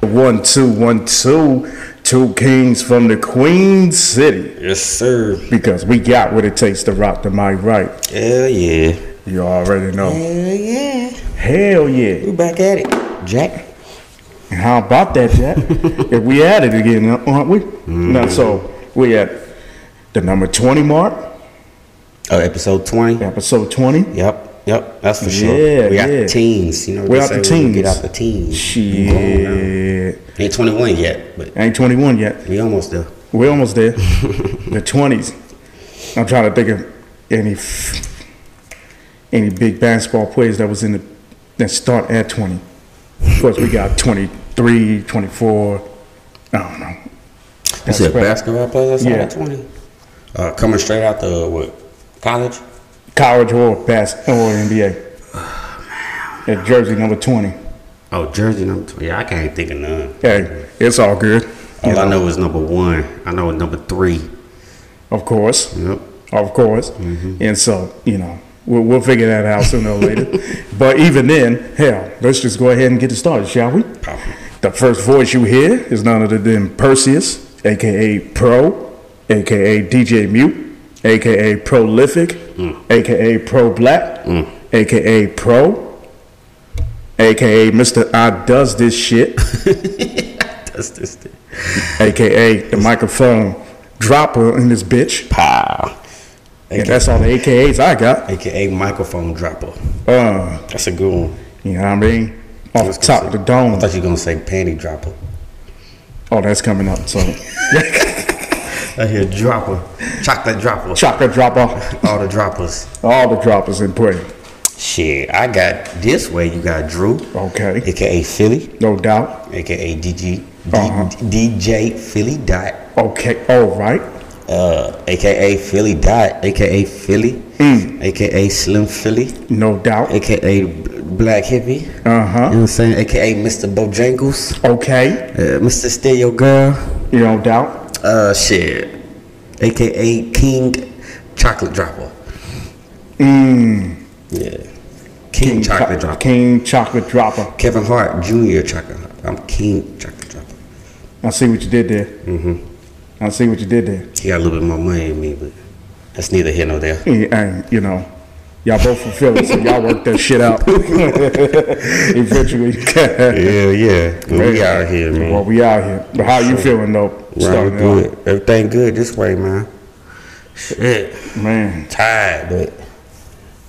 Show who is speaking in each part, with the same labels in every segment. Speaker 1: one two one two two kings from the Queen City
Speaker 2: Yes, sir.
Speaker 1: because we got what it takes to rock the mic right.
Speaker 2: Hell yeah.
Speaker 1: You already know.
Speaker 2: Hell yeah.
Speaker 1: Hell yeah!
Speaker 2: We back at it. Jack.
Speaker 1: How about that, Jack? if we at it again, aren't we? Now, so we at the number twenty mark,
Speaker 2: Oh, episode 20.
Speaker 1: episode twenty.
Speaker 2: Yep. Yep. That's for sure.
Speaker 1: Yeah,
Speaker 2: we out
Speaker 1: yeah.
Speaker 2: the teens. You know,
Speaker 1: We
Speaker 2: they
Speaker 1: out the
Speaker 2: say we Get
Speaker 1: teens.
Speaker 2: out the teens. We grown now.
Speaker 1: Shit,
Speaker 2: Ain't 21 yet, but
Speaker 1: ain't twenty one yet.
Speaker 2: we almost there.
Speaker 1: We're almost there. the twenties. I'm trying to think of any f- any big basketball players that was in the that start at twenty. Of course, we got 23, 24. I don't know.
Speaker 2: You
Speaker 1: That's
Speaker 2: said
Speaker 1: right.
Speaker 2: basketball players
Speaker 1: Yeah.
Speaker 2: yeah. 20? Uh, coming straight out the what? College?
Speaker 1: College or bas- or NBA. At jersey number twenty.
Speaker 2: Oh, jersey number 20. Yeah, I can't think of none.
Speaker 1: Hey, it's all good.
Speaker 2: All I know is number one. I know number three.
Speaker 1: Of course.
Speaker 2: Yep.
Speaker 1: of course. And so, you know, we'll, we'll figure that out sooner or later. but even then, hell, let's just go ahead and get it started, shall we?
Speaker 2: Pop it.
Speaker 1: The first voice you hear is none other than Perseus, aka Pro, aka DJ Mute, aka Prolific,
Speaker 2: Mm.
Speaker 1: aka Pro Black, aka Pro, aka Mr. I Does This Shit,
Speaker 2: That's this thing.
Speaker 1: aka the microphone dropper in this bitch.
Speaker 2: Pow.
Speaker 1: And that's all the AKAs I got.
Speaker 2: AKA microphone dropper.
Speaker 1: Uh,
Speaker 2: That's a good one.
Speaker 1: You know what I mean?
Speaker 2: I
Speaker 1: Off
Speaker 2: was
Speaker 1: the top of
Speaker 2: gonna
Speaker 1: the
Speaker 2: say- I
Speaker 1: dome.
Speaker 2: thought you were gonna say panty dropper.
Speaker 1: Oh, that's coming up. So
Speaker 2: I hear dropper, chocolate dropper,
Speaker 1: chocolate dropper,
Speaker 2: all the droppers.
Speaker 1: all the droppers in play.
Speaker 2: Shit, I got this way. You got Drew,
Speaker 1: Okay,
Speaker 2: aka Philly,
Speaker 1: no doubt.
Speaker 2: aka DG, D-
Speaker 1: Uh-huh.
Speaker 2: DJ Philly Dot,
Speaker 1: Okay, all right.
Speaker 2: uh, aka Philly Dot, aka Philly, Hmm. aka Slim Philly,
Speaker 1: No doubt.
Speaker 2: aka B- Black Hippie. You
Speaker 1: Uh
Speaker 2: know what
Speaker 1: huh.
Speaker 2: I'm saying? AKA Mr. Bojangles,
Speaker 1: Okay,
Speaker 2: uh, Mr. Stereo Girl,
Speaker 1: no doubt.
Speaker 2: uh, shit, aka King Chocolate Dropper. Yeah. Mm. King, Chocolate
Speaker 1: Cho-
Speaker 2: Dropper.
Speaker 1: King chocolate dropper.
Speaker 2: Kevin Hart Jr. Chocolate Dropper. I'm King Chocolate Dropper.
Speaker 1: I see what you did there. Mm-hmm. I see what you did there.
Speaker 2: He got a little bit more money than me, but that's neither here nor there.
Speaker 1: Yeah, And you know, y'all both from Philly, so y'all work that shit out eventually.
Speaker 2: Yeah, yeah. We out here, man.
Speaker 1: well, we out here. But how you feeling though?
Speaker 2: Right, we
Speaker 1: Starting
Speaker 2: good.
Speaker 1: out?
Speaker 2: Everything good this way, man. Shit.
Speaker 1: man.
Speaker 2: Tired, but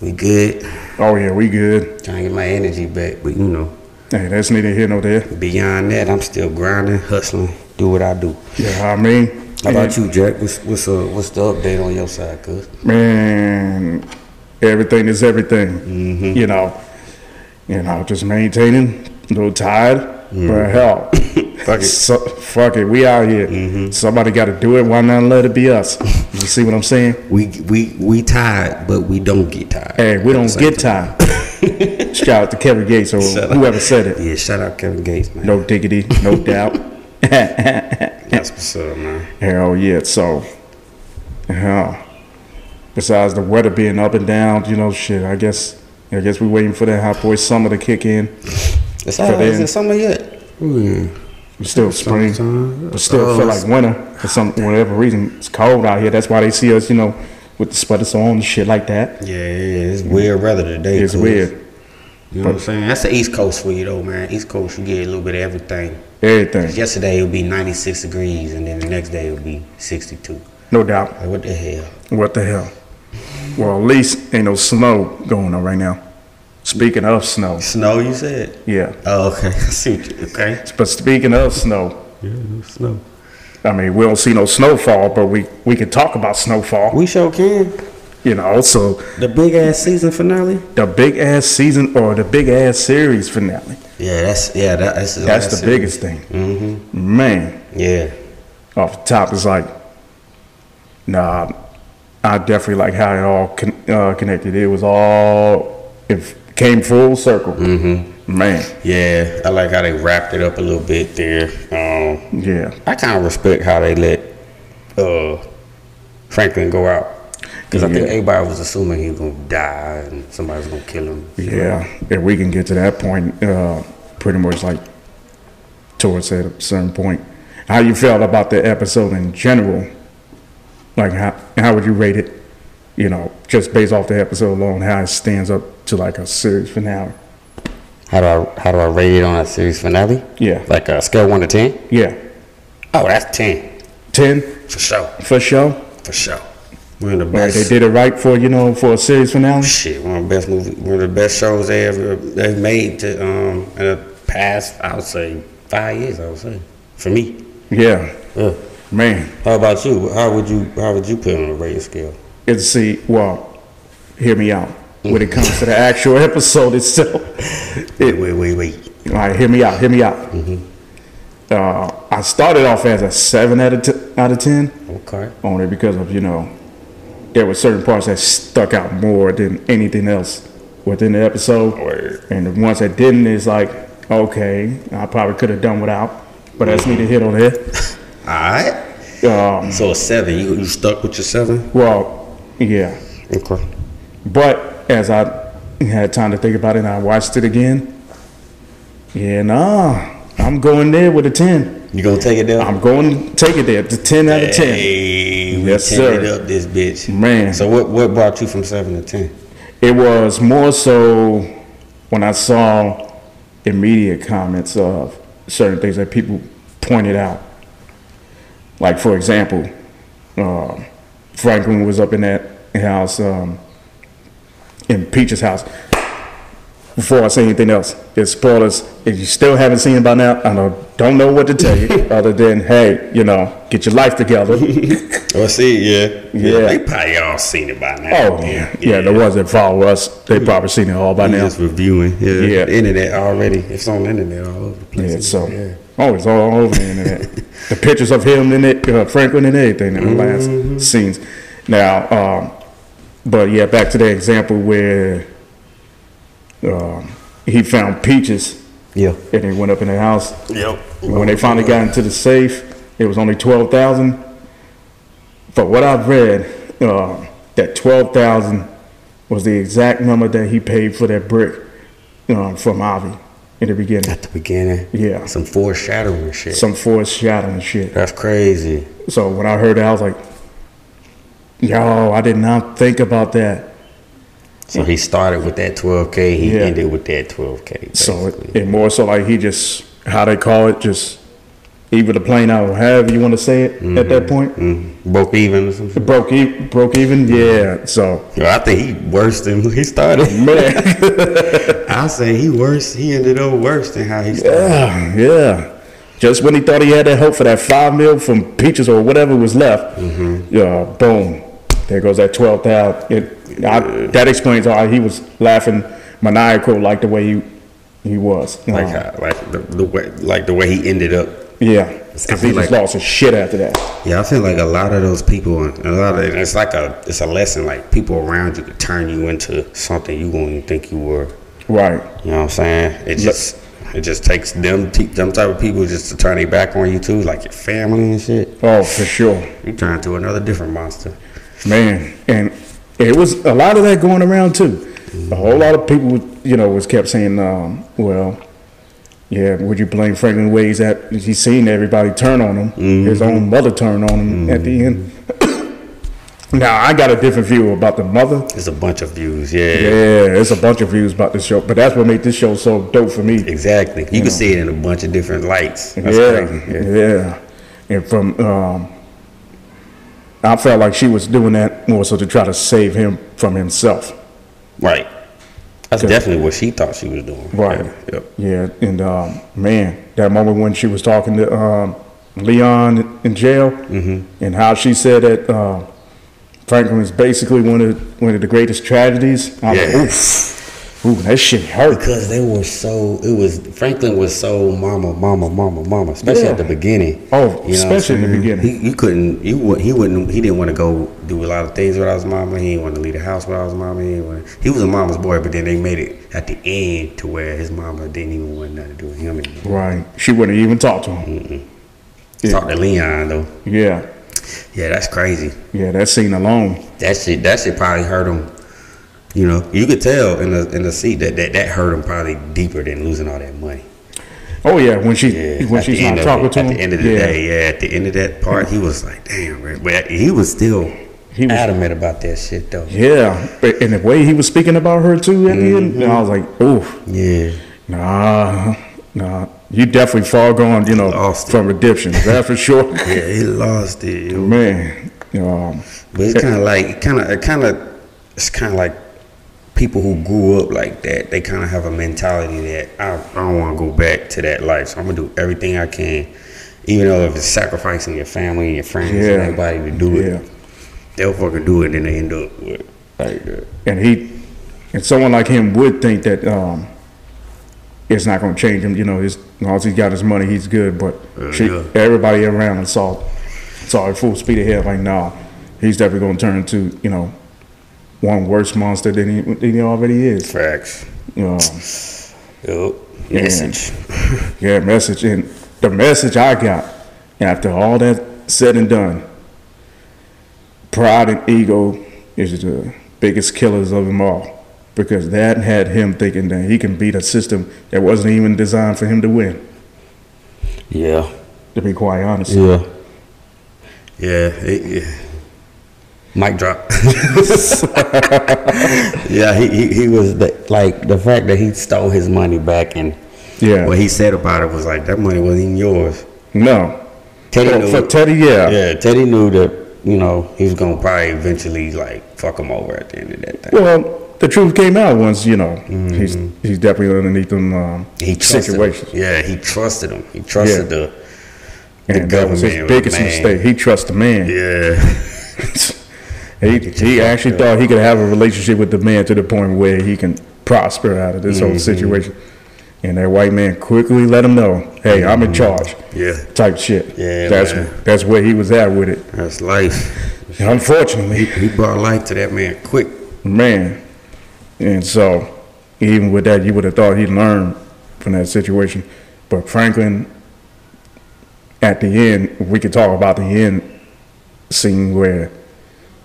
Speaker 2: we good.
Speaker 1: Oh yeah, we good.
Speaker 2: Trying to get my energy back, but you know,
Speaker 1: Hey, that's neither here nor there.
Speaker 2: beyond that, I'm still grinding, hustling, do what I do.
Speaker 1: Yeah, I mean,
Speaker 2: How about you, Jack? What's what's uh, what's the update on your side, cuz?
Speaker 1: man, everything is everything.
Speaker 2: Mm-hmm.
Speaker 1: You know, you know, just maintaining. A little tired, but hell,
Speaker 2: Mm. Fuck it. Mm-hmm.
Speaker 1: So, fuck it, we out here. Somebody got to do it. Why not let it be us? You see what I'm saying?
Speaker 2: We we we tired, but we don't get tired.
Speaker 1: Hey, we don't
Speaker 2: Same
Speaker 1: get tired. Shout out to Kevin Gates or
Speaker 2: Shout out.
Speaker 1: whoever said it.
Speaker 2: Yeah, shout out Kevin Gates, man.
Speaker 1: No diggity, no doubt.
Speaker 2: That's what's up, man.
Speaker 1: Hell yeah. So, hell. Besides the weather being up and down, you know, shit. I guess, I guess we waiting for that hot boy summer to kick in.
Speaker 2: It's all,
Speaker 1: then-
Speaker 2: is it summer yet? Yeah.
Speaker 1: It's still spring,
Speaker 2: Summertime.
Speaker 1: but still feel like winter for some whatever reason. It's cold out here. That's why they see us, you know, with the sweaters on and shit like that.
Speaker 2: Yeah, it's weird weather today.
Speaker 1: It's
Speaker 2: cuz.
Speaker 1: weird.
Speaker 2: You know what I'm saying? That's the East Coast for you, though, man. East Coast, you get a little bit of everything.
Speaker 1: Everything,
Speaker 2: Yesterday it would be 96 degrees, and then the next day it would be 62.
Speaker 1: no doubt.
Speaker 2: Like what the hell?
Speaker 1: What the hell? Well, at least ain't no snow going on right now. Speaking of snow,
Speaker 2: Snow, you said?
Speaker 1: yeah.
Speaker 2: Oh, okay. I see. what you- Okay.
Speaker 1: But speaking of snow,
Speaker 2: Yeah, no snow.
Speaker 1: I mean, we don't see no snowfall, but we we can talk about snowfall.
Speaker 2: We sure can.
Speaker 1: You know, so
Speaker 2: The big ass season finale.
Speaker 1: the big ass season or the big ass series finale.
Speaker 2: Yeah, that's yeah, that, that's
Speaker 1: That's the biggest thing. Mm-hmm. Man,
Speaker 2: Yeah,
Speaker 1: off the top is like, nah, I definitely like how it all con- uh, connected. It was all it came full circle. Mm-hmm. Man,
Speaker 2: yeah. I like how they wrapped it up a little bit there. Um,
Speaker 1: yeah,
Speaker 2: I kind of respect how they let uh, Franklin go out because I think
Speaker 1: Yeah.
Speaker 2: everybody was assuming he was gonna die and somebody was gonna kill him.
Speaker 1: yeah. If we can get to that point, uh, pretty much like towards at a certain point. How you felt about the episode in general? Like how how would you rate it? You know, just based off the episode alone, how it stands up to like a series finale.
Speaker 2: How do I how do I rate it on a series finale?
Speaker 1: Yeah,
Speaker 2: Like a scale one to ten?
Speaker 1: yeah,
Speaker 2: Oh, that's ten
Speaker 1: ten
Speaker 2: for sure.
Speaker 1: for sure.
Speaker 2: For sure. One of the
Speaker 1: Like
Speaker 2: best.
Speaker 1: they did it right for you know for a series finale.
Speaker 2: Shit, one of the best movie, one of the best shows they ever they made to um in the past. I would say five years. I would say for me.
Speaker 1: Yeah,
Speaker 2: Yeah.
Speaker 1: man.
Speaker 2: How about you? How would you How would you put it on a rating scale?
Speaker 1: It's see, well, hear me out. When it comes to the actual episode itself,
Speaker 2: Wait,
Speaker 1: it,
Speaker 2: wait, wait, wait.
Speaker 1: all right, hear me out, hear me out. Uh, I started off as a seven out of t- out of ten,
Speaker 2: Okay.
Speaker 1: only because of you know there were certain parts that stuck out more than anything else within the episode,
Speaker 2: Word.
Speaker 1: and the ones that didn't is like, okay, I probably could have done without, but that's neither here nor there.
Speaker 2: All right.
Speaker 1: Um,
Speaker 2: So a seven. You you stuck with your seven?
Speaker 1: well, yeah,
Speaker 2: Okay.
Speaker 1: But as I had time to think about it and I watched it again, yeah, nah, I'm going there with a 10.
Speaker 2: You gonna take it down?
Speaker 1: I'm going to take it there, the 10 out of 10.
Speaker 2: Hey, we
Speaker 1: Yes,
Speaker 2: yes, it
Speaker 1: sir.
Speaker 2: up this bitch.
Speaker 1: Man.
Speaker 2: So what what brought you from seven to ten?
Speaker 1: It was more so when I saw immediate comments of certain things that people pointed out. Like, for example, um Franklin was up in that house, um, in Peach's house. Before I say anything else, it's spoilers. If you still haven't seen it by now, I know, don't know what to tell you other than, hey, you know, get your life together.
Speaker 2: Oh, see, yeah,
Speaker 1: Yeah.
Speaker 2: They probably all seen it by now.
Speaker 1: oh, yeah, the ones that follow us, they probably seen it all by
Speaker 2: I'm
Speaker 1: now.
Speaker 2: just reviewing. Yeah.
Speaker 1: Yeah.
Speaker 2: The internet already. It's on the internet all over the place.
Speaker 1: Yeah, so
Speaker 2: Yeah.
Speaker 1: oh, it's all over the internet. the pictures of him in it, uh, Franklin and everything in the
Speaker 2: Mm-hmm.
Speaker 1: last scenes. Now, um, but yeah, back to that example where um, he found peaches
Speaker 2: Yeah. Oh,
Speaker 1: and they went up in the house.
Speaker 2: Yep.
Speaker 1: When they finally got into the safe, it was only twelve thousand. But what I've read, uh, that twelve thousand was the exact number that he paid for that brick um, from Avi in the beginning.
Speaker 2: at the beginning.
Speaker 1: Yeah.
Speaker 2: Some foreshadowing shit.
Speaker 1: Some foreshadowing shit.
Speaker 2: That's crazy.
Speaker 1: So when I heard that, I was like, yo, I did not think about that.
Speaker 2: So he started with that 12k. He
Speaker 1: Yeah.
Speaker 2: ended with that 12k.
Speaker 1: So it,
Speaker 2: basically.
Speaker 1: it more so like he just, how they call it, just even the plane out, however you want to say it at that point.
Speaker 2: Mhm. broke even or something.
Speaker 1: Broke, e- broke even, yeah. So,
Speaker 2: Yo, I think he worse than he started.
Speaker 1: man,
Speaker 2: I say he worse. He ended up worse than how he started.
Speaker 1: yeah, yeah. Just when he thought he had that hope for that five mil from Peaches or whatever was left,
Speaker 2: Mm-hmm.
Speaker 1: yeah, boom, there goes that twelve thousand. That explains why he was laughing maniacal like the way he he was.
Speaker 2: Like
Speaker 1: Uh,
Speaker 2: how, like the, the way like the way he ended up.
Speaker 1: Yeah, because he
Speaker 2: feel
Speaker 1: just
Speaker 2: like-
Speaker 1: lost his shit after that.
Speaker 2: Yeah, I feel like a lot of those people, and a lot of it's like a it's a lesson. Like people around you could turn you into something you wouldn't even think you were.
Speaker 1: Right.
Speaker 2: You know what I'm saying? It just it just takes them te- them type of people just to turn their back on you too, like your family and shit.
Speaker 1: Oh, for sure,
Speaker 2: You turn into another different monster.
Speaker 1: man. And it was a lot of that going around too. A whole lot of people, you know, was kept saying, um, "Well, yeah, would you blame Franklin Ways that he's seen everybody turn on him?
Speaker 2: Mm-hmm.
Speaker 1: His own mother turn on him at the end."
Speaker 2: Mm-hmm.
Speaker 1: now I got a different view about the mother.
Speaker 2: It's a bunch of views. Yeah,
Speaker 1: Yeah, it's a bunch of views about this show, but that's what made this show so dope for me.
Speaker 2: exactly. You can see it in a bunch of different lights. That's
Speaker 1: yeah,
Speaker 2: crazy.
Speaker 1: yeah, And from, um, I felt like she was doing that more so to try to save him from himself.
Speaker 2: Right. That's definitely what she thought she was doing.
Speaker 1: Right.
Speaker 2: Yeah. Yep.
Speaker 1: Yeah, and um, man, that moment when she was talking to um, Leon in jail,
Speaker 2: Mm-hmm.
Speaker 1: and how she said that uh, Franklin is basically one of one of the greatest tragedies. I'm like,
Speaker 2: Yeah.
Speaker 1: oof, ooh, that shit hurt.
Speaker 2: Because they were so, it was Franklin was so mama, mama, mama, mama, especially at the
Speaker 1: Yeah.
Speaker 2: beginning.
Speaker 1: Oh,
Speaker 2: what I'm
Speaker 1: especially in the
Speaker 2: saying?
Speaker 1: beginning.
Speaker 2: He, you couldn't, you would, he wouldn't, he didn't want to go do a lot of things without his mama. He didn't want to leave the house without his mama. He, didn't wanna, he was a mama's boy, but then they made it at the end to where his mama didn't even want nothing to do with him anymore.
Speaker 1: Right. She wouldn't even talk to him. Yeah.
Speaker 2: Talk to Leon though.
Speaker 1: Yeah.
Speaker 2: Yeah, that's crazy.
Speaker 1: Yeah, that scene alone.
Speaker 2: That shit, that shit probably hurt him. You know, you could tell in the in the seat that that, that hurt him probably deeper than losing all that money.
Speaker 1: Oh yeah, when she
Speaker 2: Yeah,
Speaker 1: when
Speaker 2: at
Speaker 1: she's
Speaker 2: the
Speaker 1: not
Speaker 2: end of
Speaker 1: talking
Speaker 2: it,
Speaker 1: to
Speaker 2: at
Speaker 1: him.
Speaker 2: the end of the
Speaker 1: yeah.
Speaker 2: day, yeah, at the end of that part, he was like, "Damn," man. but he was still
Speaker 1: He was-
Speaker 2: adamant about that shit, though.
Speaker 1: Yeah, but- and the way he was speaking about her too at the
Speaker 2: Mm-hmm.
Speaker 1: end, I was like, "Oof,
Speaker 2: Yeah,
Speaker 1: nah, nah, you definitely far gone, you know,
Speaker 2: Lost it.
Speaker 1: from redemption. That's for sure,
Speaker 2: yeah, he lost it. yo.
Speaker 1: man. Um,
Speaker 2: But it's kind of like, it kind of, it kind of, it's kind of like people who grew up like that. They kind of have a mentality that I, I don't want to go back to that life, so I'm gonna do everything I can, even though if it's sacrificing your family and your friends and
Speaker 1: Yeah.
Speaker 2: everybody to do
Speaker 1: Yeah.
Speaker 2: it, they'll fucking do it, and they end up with like that.
Speaker 1: and he, and someone like him would think that um, it's not going to change him. You know, his, as long as he's got his money, he's good. But
Speaker 2: Uh,
Speaker 1: she,
Speaker 2: yeah.
Speaker 1: everybody around him saw saw it full speed ahead. Like, no, he's definitely going to turn into you know one worse monster than he, than he already is.
Speaker 2: Facts.
Speaker 1: You know.
Speaker 2: Yup. Message.
Speaker 1: Yeah, message. And the message I got after all that said and done, pride and ego is the biggest killers of them all because that had him thinking that he can beat a system that wasn't even designed for him to win.
Speaker 2: Yeah.
Speaker 1: To be quite honest,
Speaker 2: Yeah. Yeah. It, yeah. Mic drop. yeah, he, he, he was the, like the fact that he stole his money back and
Speaker 1: yeah,
Speaker 2: what he said about it was like that money wasn't even yours.
Speaker 1: no,
Speaker 2: Teddy
Speaker 1: For-
Speaker 2: knew,
Speaker 1: for Teddy, yeah.
Speaker 2: yeah, Teddy knew that you know he was gonna probably eventually like fuck him over at the end of that thing.
Speaker 1: Well, the truth came out once. You know, he's he's definitely underneath them um,
Speaker 2: Mm-hmm. He trusted
Speaker 1: situations.
Speaker 2: him. Yeah, he trusted him. He trusted
Speaker 1: Yeah.
Speaker 2: the the
Speaker 1: And that was his
Speaker 2: government,
Speaker 1: biggest
Speaker 2: man.
Speaker 1: mistake. He trusts the man.
Speaker 2: yeah.
Speaker 1: He, he actually thought he could have a relationship with the man to the point where he can prosper out of this whole
Speaker 2: Mm-hmm.
Speaker 1: situation. And that white man quickly let him know, hey, I'm in charge.
Speaker 2: Mm-hmm. Yeah.
Speaker 1: Type shit.
Speaker 2: Yeah,
Speaker 1: That's
Speaker 2: man.
Speaker 1: that's where he was at with it.
Speaker 2: That's life.
Speaker 1: And unfortunately,
Speaker 2: He brought life to that man quick.
Speaker 1: man. And so even with that you would have thought he learned from that situation. But Franklin at the end, we could talk about the end scene where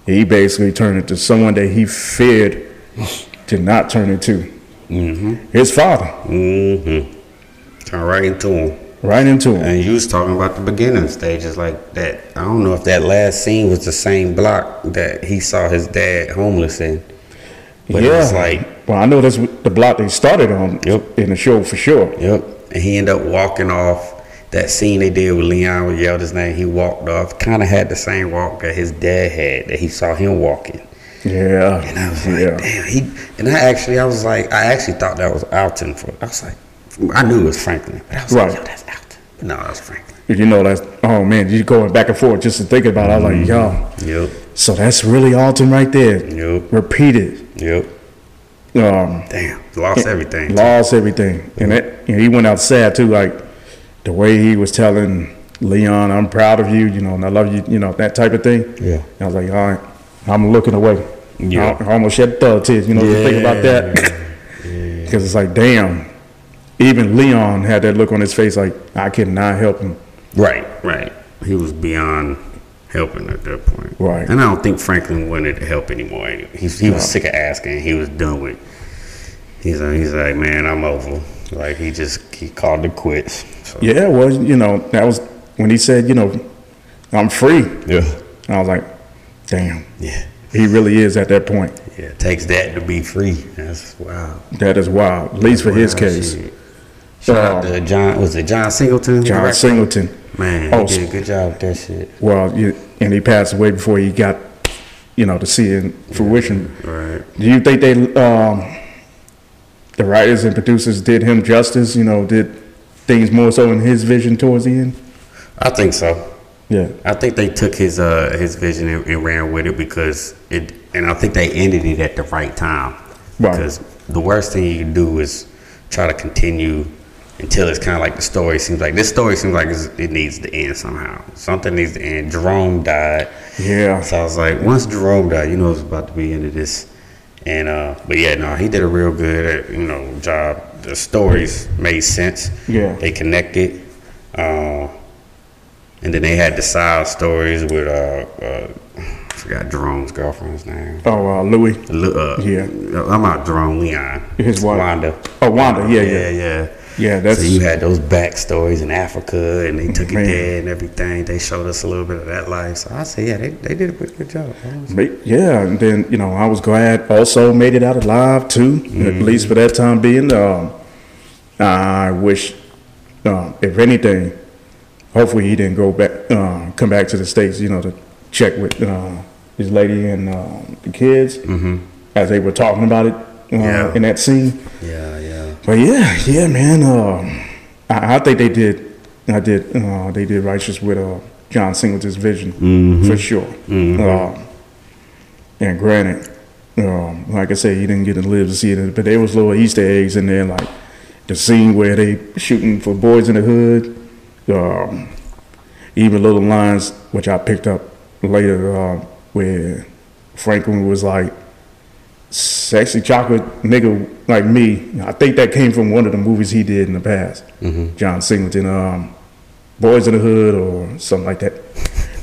Speaker 1: he basically turned into someone that he feared to not turn into. Mm-hmm. His father,
Speaker 2: Mm-hmm. Turn right into him.
Speaker 1: right into him.
Speaker 2: And you was talking about the beginning stages like that. I don't know if that last scene was the same block that he saw his dad homeless in. But it was like,
Speaker 1: well, I know that's the block they started on
Speaker 2: Yep.
Speaker 1: in the show for sure.
Speaker 2: yep. And he ended up walking off. That scene they did with Leon, we yelled his name, he walked off. Kind of had the same walk that his dad had, that he saw him walking.
Speaker 1: Yeah,
Speaker 2: And I was like,
Speaker 1: yeah,
Speaker 2: damn, he. And I actually, I was like, I actually thought that was Alton. For I was like, I knew it was Franklin, but I was
Speaker 1: Right.
Speaker 2: like, yo, that's Alton. But no, that's Franklin.
Speaker 1: you know that's oh man, you going back and forth just to think about. it. I was like,
Speaker 2: Mm-hmm.
Speaker 1: yo,
Speaker 2: Yep,
Speaker 1: so that's really Alton right there.
Speaker 2: Yep.
Speaker 1: Repeated,
Speaker 2: yep.
Speaker 1: um,
Speaker 2: Damn, lost everything.
Speaker 1: lost everything, and that and he went out sad too. Like the way he was telling Leon, "I'm proud of you," you know, and I love you, you know, that type of thing.
Speaker 2: Yeah.
Speaker 1: And I was like, all right, I'm looking away.
Speaker 2: Yeah.
Speaker 1: I, I almost shed thug tears, you know, just thinking about that. Because it's like, damn, even Leon had that look on his face like, I cannot help him.
Speaker 2: Right, right. He was beyond helping at that point.
Speaker 1: Right.
Speaker 2: And I don't think Franklin wanted to help anymore. Anyway. He, he was sick of asking. He was done with. He's like, he's like, man, I'm over. Like he just he called it quits. So,
Speaker 1: Yeah, well, you know, that was when he said, you know, I'm free.
Speaker 2: yeah,
Speaker 1: And I was like, damn,
Speaker 2: yeah,
Speaker 1: he really is at that point.
Speaker 2: yeah. It takes that to be free. That's wow.
Speaker 1: That is wild, at least for his
Speaker 2: Wow,
Speaker 1: case.
Speaker 2: shit. Shout out
Speaker 1: Um,
Speaker 2: to John. Was it John Singleton?
Speaker 1: John
Speaker 2: Director?
Speaker 1: Singleton.
Speaker 2: Man,
Speaker 1: Oh,
Speaker 2: he did a good job with that shit.
Speaker 1: Well, you, and he passed away before he got, you know, to see it in fruition.
Speaker 2: Right.
Speaker 1: Do you think they, um, the writers and producers did him justice? You know, did things more so in his vision towards the end?
Speaker 2: I think so.
Speaker 1: Yeah.
Speaker 2: I think they took his uh his vision and, and ran with it because it, and I think they ended it at the right time.
Speaker 1: Right.
Speaker 2: Because the worst thing you can do is try to continue until it's kind of like the story seems like this story seems like it's, it needs to end somehow. Something needs to end. Jerome died.
Speaker 1: Yeah.
Speaker 2: So I was like, once Jerome died, you know it's about to be into this. And uh but yeah, no, he did a real good uh, you know job. The stories made sense.
Speaker 1: Yeah.
Speaker 2: They connected. Uh, and then they had the side stories with uh, uh I forgot Jerome's girlfriend's name.
Speaker 1: Oh, uh, Louis.
Speaker 2: Lu- Uh,
Speaker 1: Yeah.
Speaker 2: I'm out Jerome Leon.
Speaker 1: His wife.
Speaker 2: Wanda.
Speaker 1: Oh, Wanda. Yeah, yeah.
Speaker 2: yeah.
Speaker 1: Yeah, that's-
Speaker 2: so you had those backstories in Africa, and they took it
Speaker 1: Man.
Speaker 2: there and everything. They showed us a little bit of that life. So I say, yeah, they, they did a pretty good job. honestly.
Speaker 1: Ma- Yeah, and then you know I was glad also made it out alive too, at least for that time being. Um, I wish, um, if anything, hopefully he didn't go back, um, come back to the states. You know to check with uh, his lady and um, the kids as they were talking about it uh,
Speaker 2: Yeah.
Speaker 1: in that scene.
Speaker 2: Yeah, yeah.
Speaker 1: But yeah, yeah, man. Um, I, I think they did. I did. Uh, they did righteous with uh, John Singleton's vision for sure. Um, and granted, um, like I said, he didn't get to live to see it, but there was little Easter eggs in there, like the scene where they shooting for boys in the hood. Um, even little lines which I picked up later, uh, where Franklin was like, sexy chocolate nigga like me. I think that came from one of the movies he did in the past.
Speaker 2: Mm-hmm.
Speaker 1: John Singleton, um, Boys in the Hood or something like that.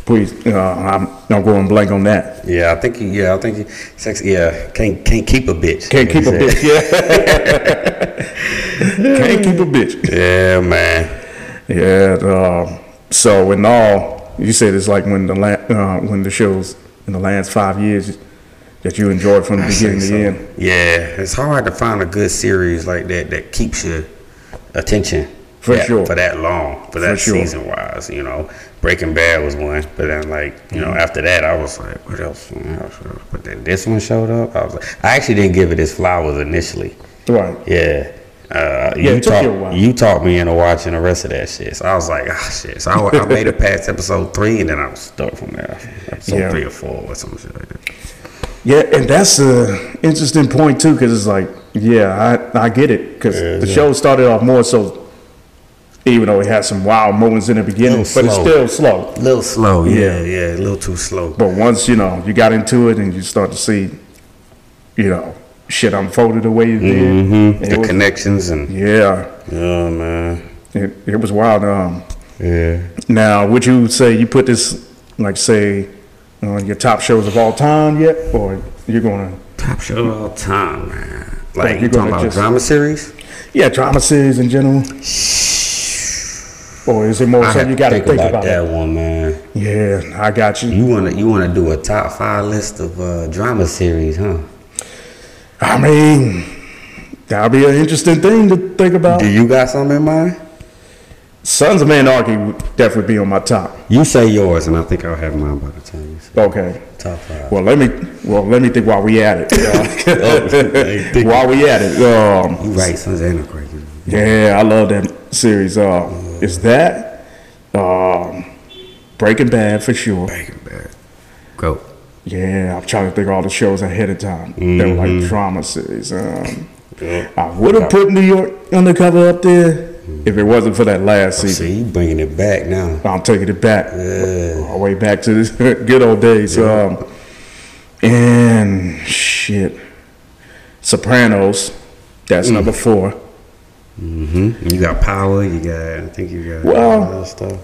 Speaker 1: Please, uh, I'm, I'm going blank on that.
Speaker 2: Yeah, I think. he- Yeah, I think. he- Sex. Yeah, can't can't keep a bitch.
Speaker 1: Can't keep a
Speaker 2: He said.
Speaker 1: bitch. Yeah. Can't keep a bitch.
Speaker 2: Yeah, man.
Speaker 1: Yeah. Uh, so in all, you said it's like when the la- uh, when the shows in the last five years that you enjoyed from the
Speaker 2: I
Speaker 1: beginning to
Speaker 2: say
Speaker 1: the
Speaker 2: so.
Speaker 1: end.
Speaker 2: Yeah, it's hard to find a good series like that that keeps your attention
Speaker 1: For
Speaker 2: that-
Speaker 1: sure.
Speaker 2: for that long, for that
Speaker 1: For sure.
Speaker 2: season wise. You know, Breaking Bad was one, but then like you
Speaker 1: Mm-hmm.
Speaker 2: know after that, I was like, what else? What else? But then this one showed up. I was like, I actually didn't give it its flowers initially.
Speaker 1: Right.
Speaker 2: Yeah. Uh,
Speaker 1: Yeah,
Speaker 2: you
Speaker 1: it took
Speaker 2: talked
Speaker 1: you a while.
Speaker 2: you talked me into watching the rest of that shit. So I was like, ah, shit. So I, I made it past episode three, and then I was stuck from there. Episode
Speaker 1: Yeah.
Speaker 2: three or four or some shit like that.
Speaker 1: Yeah, and that's a interesting point too, because it's like, yeah, I, I get it, because
Speaker 2: Yeah,
Speaker 1: the
Speaker 2: yeah.
Speaker 1: show started off more so, even though it had some wild moments in the beginning,
Speaker 2: Still
Speaker 1: but it's
Speaker 2: slow.
Speaker 1: still slow.
Speaker 2: A little slow,
Speaker 1: Yeah.
Speaker 2: yeah, yeah, a little too slow.
Speaker 1: But once you know you got into it and you start to see, you know, shit unfolded the way it did.
Speaker 2: Mhm.
Speaker 1: It
Speaker 2: The
Speaker 1: was-
Speaker 2: connections and
Speaker 1: yeah,
Speaker 2: yeah, man,
Speaker 1: it, it was wild. Um,
Speaker 2: yeah.
Speaker 1: now would you say you put this like say on your top shows of all time yet, or you're gonna
Speaker 2: Top show of all time, man. Like
Speaker 1: you're gonna
Speaker 2: you talking about
Speaker 1: just-
Speaker 2: drama series?
Speaker 1: yeah drama series in general, or is it more so
Speaker 2: had
Speaker 1: you got to think, about, it?
Speaker 2: that one, man.
Speaker 1: Yeah, I got you.
Speaker 2: You wanna you wanna do a top five list of uh, drama series, huh?
Speaker 1: I mean, that'd be an interesting thing to think about.
Speaker 2: Do you got something in mind?
Speaker 1: Sons of Anarchy would definitely be on my top.
Speaker 2: You say yours, and I think I'll have mine by the time you say
Speaker 1: Okay.
Speaker 2: top five.
Speaker 1: Well, let me well let me think while we at
Speaker 2: hey,
Speaker 1: it.
Speaker 2: think-
Speaker 1: while we at it, um,
Speaker 2: You right, Sons of Anarchy.
Speaker 1: yeah, I love that series. Um, is that um, Breaking Bad for sure?
Speaker 2: Breaking Bad. Go.
Speaker 1: Yeah, I'm trying to think of all the shows ahead of time. They're like drama series. Um, I would have put New York Undercover up there if it wasn't for that last season.
Speaker 2: See, you bringing it back now.
Speaker 1: I'm taking it back,
Speaker 2: Yeah.
Speaker 1: all the way back to the good old days. Um, and shit, Sopranos, that's number four.
Speaker 2: Mm-hmm. You got power. You got. I think you got.
Speaker 1: Well-
Speaker 2: all that stuff.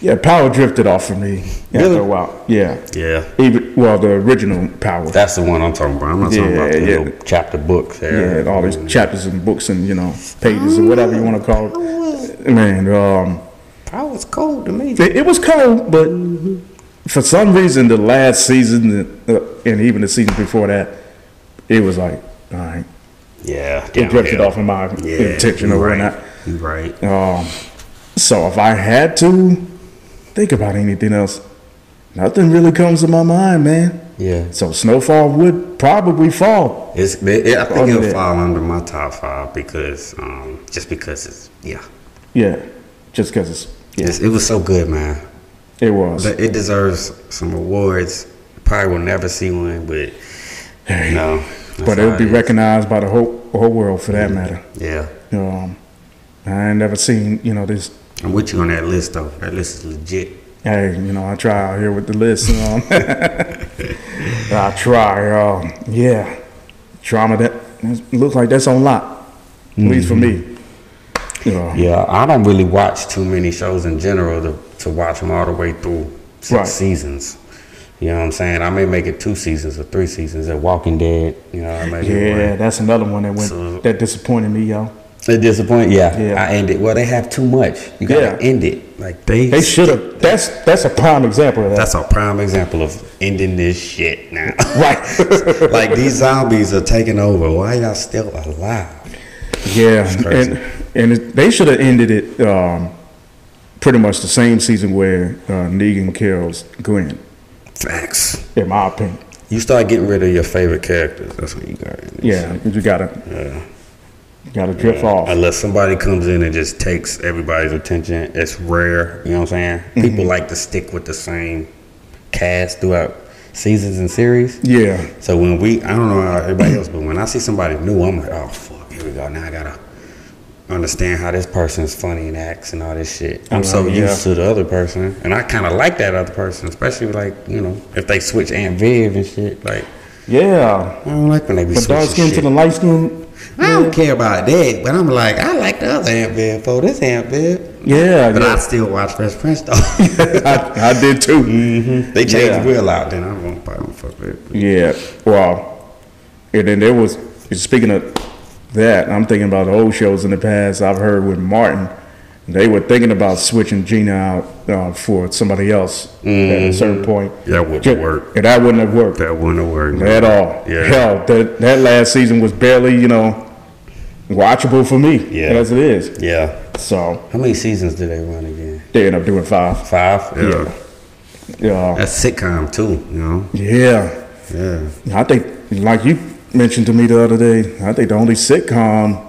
Speaker 1: Yeah, Power drifted off for me
Speaker 2: Really?
Speaker 1: after a while. Yeah,
Speaker 2: Yeah.
Speaker 1: even well, the original Power.
Speaker 2: That's the one I'm talking about. I'm not talking about the
Speaker 1: Yeah, yeah.
Speaker 2: little chapter books.
Speaker 1: yeah,
Speaker 2: There.
Speaker 1: and all these chapters and books and you know pages or whatever you want to call it. Man, um,
Speaker 2: Power's cold to me.
Speaker 1: it, it was cold, but
Speaker 2: Mm-hmm.
Speaker 1: for some reason, the last season uh, and even the season before that, it was like, all right,
Speaker 2: Yeah.
Speaker 1: it drifted
Speaker 2: downhill.
Speaker 1: off of my
Speaker 2: Yeah,
Speaker 1: intention or
Speaker 2: you right.
Speaker 1: whatnot.
Speaker 2: You right.
Speaker 1: Um, so if I had to think about anything else, nothing really comes to my mind, man.
Speaker 2: Yeah.
Speaker 1: So Snowfall would probably fall.
Speaker 2: It's. It, it- I think
Speaker 1: Under
Speaker 2: it'll
Speaker 1: that.
Speaker 2: fall under my top five because, um, just because it's yeah,
Speaker 1: Yeah, just because it's yeah,
Speaker 2: It's- it was so good, man.
Speaker 1: it was.
Speaker 2: But it deserves some awards. Probably will never see one, but you know. that's
Speaker 1: but it
Speaker 2: how
Speaker 1: would be
Speaker 2: is.
Speaker 1: recognized by the whole whole world for that matter.
Speaker 2: Yeah,
Speaker 1: Um, I ain't never seen you know this.
Speaker 2: I'm with you on that list though. That list is legit.
Speaker 1: Hey, you know I try out here with the list. Um, I try. Um, yeah, drama that that's- looks like that's on lock, at least for me. You know,
Speaker 2: Mm-hmm. Yeah, I don't really watch too many shows in general to, to watch them all the way through six
Speaker 1: Right.
Speaker 2: seasons. You know what I'm saying? I may make it two seasons or three seasons at Walking Dead. You know, I may
Speaker 1: Yeah,
Speaker 2: do one.
Speaker 1: that's another one that went
Speaker 2: So-
Speaker 1: that disappointed me, yo.
Speaker 2: They disappoint. Yeah.
Speaker 1: Yeah.
Speaker 2: I end it. Well, they have too much. You gotta
Speaker 1: Yeah.
Speaker 2: end it. Like they.
Speaker 1: They should have. That's that's a prime example of that.
Speaker 2: That's a prime example of ending this shit now.
Speaker 1: Right.
Speaker 2: like these zombies are taking over. Why y'all still alive?
Speaker 1: yeah,
Speaker 2: crazy.
Speaker 1: and and it, they should have ended it um, pretty much the same season where uh, Negan kills Gwen.
Speaker 2: Facts.
Speaker 1: In my opinion,
Speaker 2: You start getting rid of your favorite characters. That's what you got.
Speaker 1: yeah, you gotta
Speaker 2: Yeah.
Speaker 1: you gotta drift off.
Speaker 2: Unless somebody comes in and just takes everybody's attention, it's rare. You know what I'm saying?
Speaker 1: Mm-hmm.
Speaker 2: People like to stick with the same cast throughout seasons and series.
Speaker 1: Yeah,
Speaker 2: So when we, I don't know how everybody else, but when I see somebody new, I'm like, oh fuck, here we go. Now I gotta understand how this person's funny and acts and all this shit. I'm so
Speaker 1: Right, yeah.
Speaker 2: used to the other person, and I kind of like that other person, especially like you know if they switch Aunt Viv and shit. Like
Speaker 1: yeah.
Speaker 2: I don't like when they be
Speaker 1: From dark
Speaker 2: switching
Speaker 1: skin to
Speaker 2: shit.
Speaker 1: the light skin.
Speaker 2: I don't care about that, but I'm like, I like the other Aunt Viv for this Aunt Viv.
Speaker 1: Yeah,
Speaker 2: But I
Speaker 1: yeah.
Speaker 2: still watch Fresh Prince though.
Speaker 1: I, I did too.
Speaker 2: they change
Speaker 1: Yeah.
Speaker 2: real out, then I don't, I don't fuck with it.
Speaker 1: Yeah. Well, and then there was speaking of that, I'm thinking about old shows in the past I've heard with Martin. They were thinking about switching Gina out uh, for somebody else at a certain point.
Speaker 2: Mm-hmm. That wouldn't
Speaker 1: Ju-
Speaker 2: work.
Speaker 1: And that wouldn't have worked
Speaker 2: That wouldn't work
Speaker 1: at all.
Speaker 2: Yeah.
Speaker 1: Hell, that that last season was barely you know watchable for me
Speaker 2: Yeah.
Speaker 1: as it is.
Speaker 2: Yeah.
Speaker 1: So
Speaker 2: How many seasons did they run again?
Speaker 1: they end up doing five.
Speaker 2: Five. Yeah.
Speaker 1: Yeah.
Speaker 2: That's sitcom too, you know.
Speaker 1: Yeah.
Speaker 2: Yeah.
Speaker 1: I think, like you mentioned to me the other day, I think the only sitcom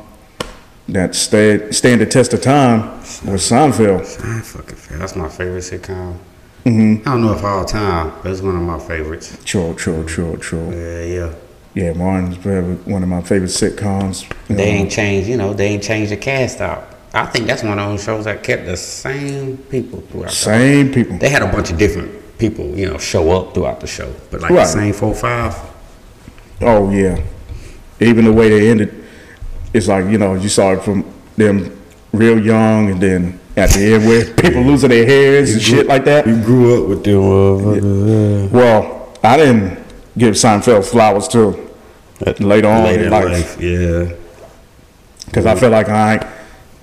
Speaker 1: that stayed stand the test of time was Seinfeld.
Speaker 2: I fucking fail. That's my favorite sitcom. Mm-hmm. I don't know if all time, but it's one of my favorites.
Speaker 1: True, true, true, true.
Speaker 2: Yeah, yeah.
Speaker 1: Yeah, Martin's probably one of my favorite sitcoms. you
Speaker 2: They
Speaker 1: know.
Speaker 2: ain't changed, you know. They ain't changed the cast out. I think that's one of those shows that kept the same people throughout. the-
Speaker 1: Same people.
Speaker 2: they had a bunch of different people, you know, show up throughout the show, but like
Speaker 1: Right.
Speaker 2: the same four five.
Speaker 1: Oh yeah. Even the way they ended, it's like you know you saw it from them real young, and then at the end where people losing their hairs and shit like that.
Speaker 2: grew up with them. uh, motherfuckers,
Speaker 1: Well, I didn't give Seinfeld flowers till
Speaker 2: yeah.
Speaker 1: later on
Speaker 2: Later
Speaker 1: in
Speaker 2: in
Speaker 1: life.
Speaker 2: life, yeah.
Speaker 1: Because I feel like I ain't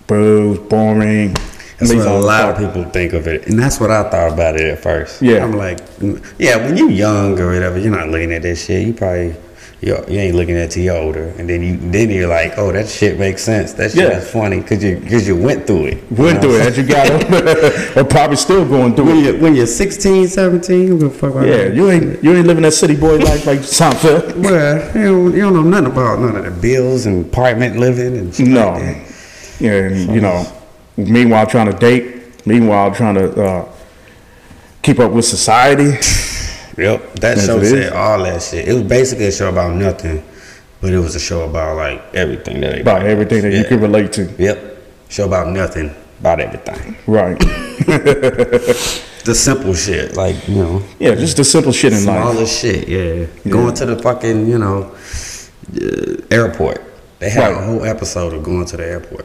Speaker 1: booze, boring.
Speaker 2: That's
Speaker 1: Leaves
Speaker 2: what a
Speaker 1: all the
Speaker 2: lot of
Speaker 1: fuck-
Speaker 2: people think of it, and that's what I thought about it at first.
Speaker 1: Yeah.
Speaker 2: I'm like, mm, yeah, when you young or whatever, you're not looking at that shit. You probably you you ain't looking at it till you're older, and then you then you're like, oh, that shit makes sense. That shit
Speaker 1: Yeah.
Speaker 2: is funny because you because you went through it. you
Speaker 1: Went
Speaker 2: know?
Speaker 1: through it as you got older, or probably still going
Speaker 2: When
Speaker 1: through it.
Speaker 2: you're, when you're 16, 17, you give a fuck about
Speaker 1: Yeah,
Speaker 2: that.
Speaker 1: you ain't you ain't living that city boy life like Seinfeld.
Speaker 2: Well, you don't, you don't know nothing about none of the bills and apartment living and shit
Speaker 1: No,
Speaker 2: like that.
Speaker 1: and you know, meanwhile trying to date, meanwhile trying to uh, keep up with society.
Speaker 2: Yep, that
Speaker 1: Yes,
Speaker 2: show
Speaker 1: it is.
Speaker 2: said all that shit. It was basically a show about nothing, but it was a show about like everything that
Speaker 1: About everything that you
Speaker 2: Yeah.
Speaker 1: can relate to,
Speaker 2: Yep, show about nothing, about everything.
Speaker 1: right?
Speaker 2: The simple shit, like you know,
Speaker 1: Yeah, just the simple shit in
Speaker 2: all
Speaker 1: life.
Speaker 2: this shit. Yeah. going to the fucking you know uh, airport. They had
Speaker 1: Right.
Speaker 2: a whole episode of going to the airport,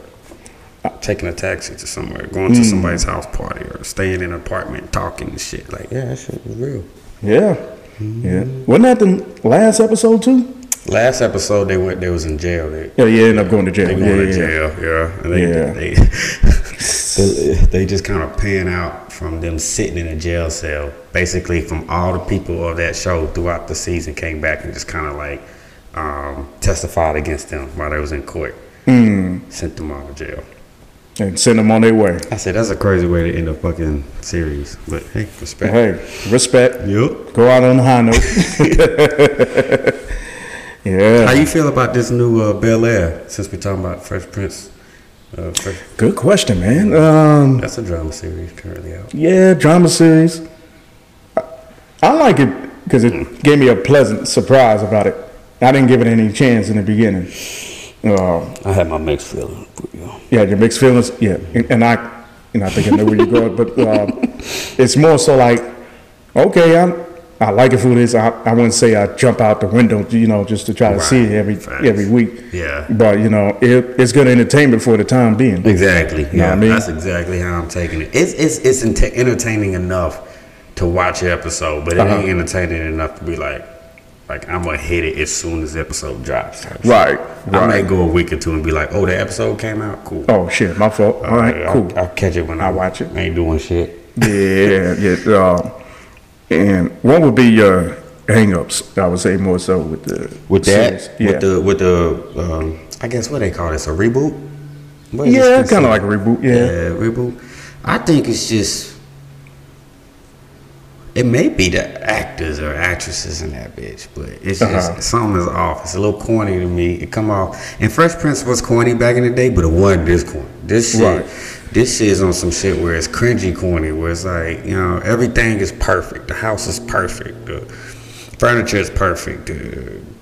Speaker 2: taking a taxi to somewhere, going to somebody's house party, or staying in an apartment talking and shit. Like yeah, that shit was real.
Speaker 1: Yeah, yeah. Wasn't that the last episode too?
Speaker 2: Last episode they went, they was in jail. They,
Speaker 1: Yeah, you end up going to jail.
Speaker 2: They
Speaker 1: yeah,
Speaker 2: going
Speaker 1: yeah,
Speaker 2: to
Speaker 1: yeah.
Speaker 2: jail, Oh, yeah. And they,
Speaker 1: Yeah.
Speaker 2: They, they, they just kind of pan out from them sitting in a jail cell. Basically, from all the people of that show throughout the season came back and just kind of like um, testified against them while they was in court. Sent them all to jail.
Speaker 1: and send them on their way.
Speaker 2: I said that's a crazy way to end a fucking series, but hey, respect.
Speaker 1: Hey, respect.
Speaker 2: Yup.
Speaker 1: Go out on a high note.
Speaker 2: How
Speaker 1: yeah.
Speaker 2: you feel about this new uh, Bel Air? Since we're talking about Fresh Prince, uh, Fresh,
Speaker 1: Good question, man. Um,
Speaker 2: that's a drama series currently out.
Speaker 1: yeah, drama series. I- I like it because it gave me a pleasant surprise about it. I didn't give it any chance in the beginning. Um,
Speaker 2: I had my mixed feelings. you know.
Speaker 1: yeah, your mixed feelings. Yeah, and, and I, and I think I know where you're going, but um, it's more so like, okay, I'm, I like it for this. I, I wouldn't say I jump out the window, you know, just to try to see it
Speaker 2: Right.
Speaker 1: every
Speaker 2: Facts.
Speaker 1: every week.
Speaker 2: Yeah.
Speaker 1: but you know, it, it's good entertainment for the time being.
Speaker 2: Exactly.
Speaker 1: know
Speaker 2: yeah,
Speaker 1: what I mean?
Speaker 2: that's exactly how I'm taking it. It's it's it's ente- entertaining enough to watch an episode, but it
Speaker 1: Uh-huh.
Speaker 2: ain't entertaining enough to be like, Like I'm gonna hit it as soon as the episode drops.
Speaker 1: Right.
Speaker 2: I
Speaker 1: Right.
Speaker 2: might go a week or two and be like, "Oh, the episode came out. Cool.
Speaker 1: oh shit, my fault. All right,
Speaker 2: I'll-
Speaker 1: cool.
Speaker 2: I'll, catch it when I,
Speaker 1: I'll watch it.
Speaker 2: I ain't doing shit.
Speaker 1: Yeah, yeah. Uh, and what would be your hang-ups? I would say more so with the
Speaker 2: With that,
Speaker 1: series. Yeah,
Speaker 2: with the with the um, I guess what they call this a reboot. What is
Speaker 1: yeah,
Speaker 2: this
Speaker 1: kind of like a reboot. Yeah.
Speaker 2: yeah, reboot. I think it's just it may be the actors or actresses in that bitch, but it's just
Speaker 1: Uh-huh.
Speaker 2: something is off. It's a little corny to me. It come off and Fresh Prince was corny back in the day, but it wasn't this corny. This shit,
Speaker 1: Right.
Speaker 2: this shit is on some shit where it's cringy corny, where it's like you know everything is perfect. The house is perfect. The furniture is perfect. The,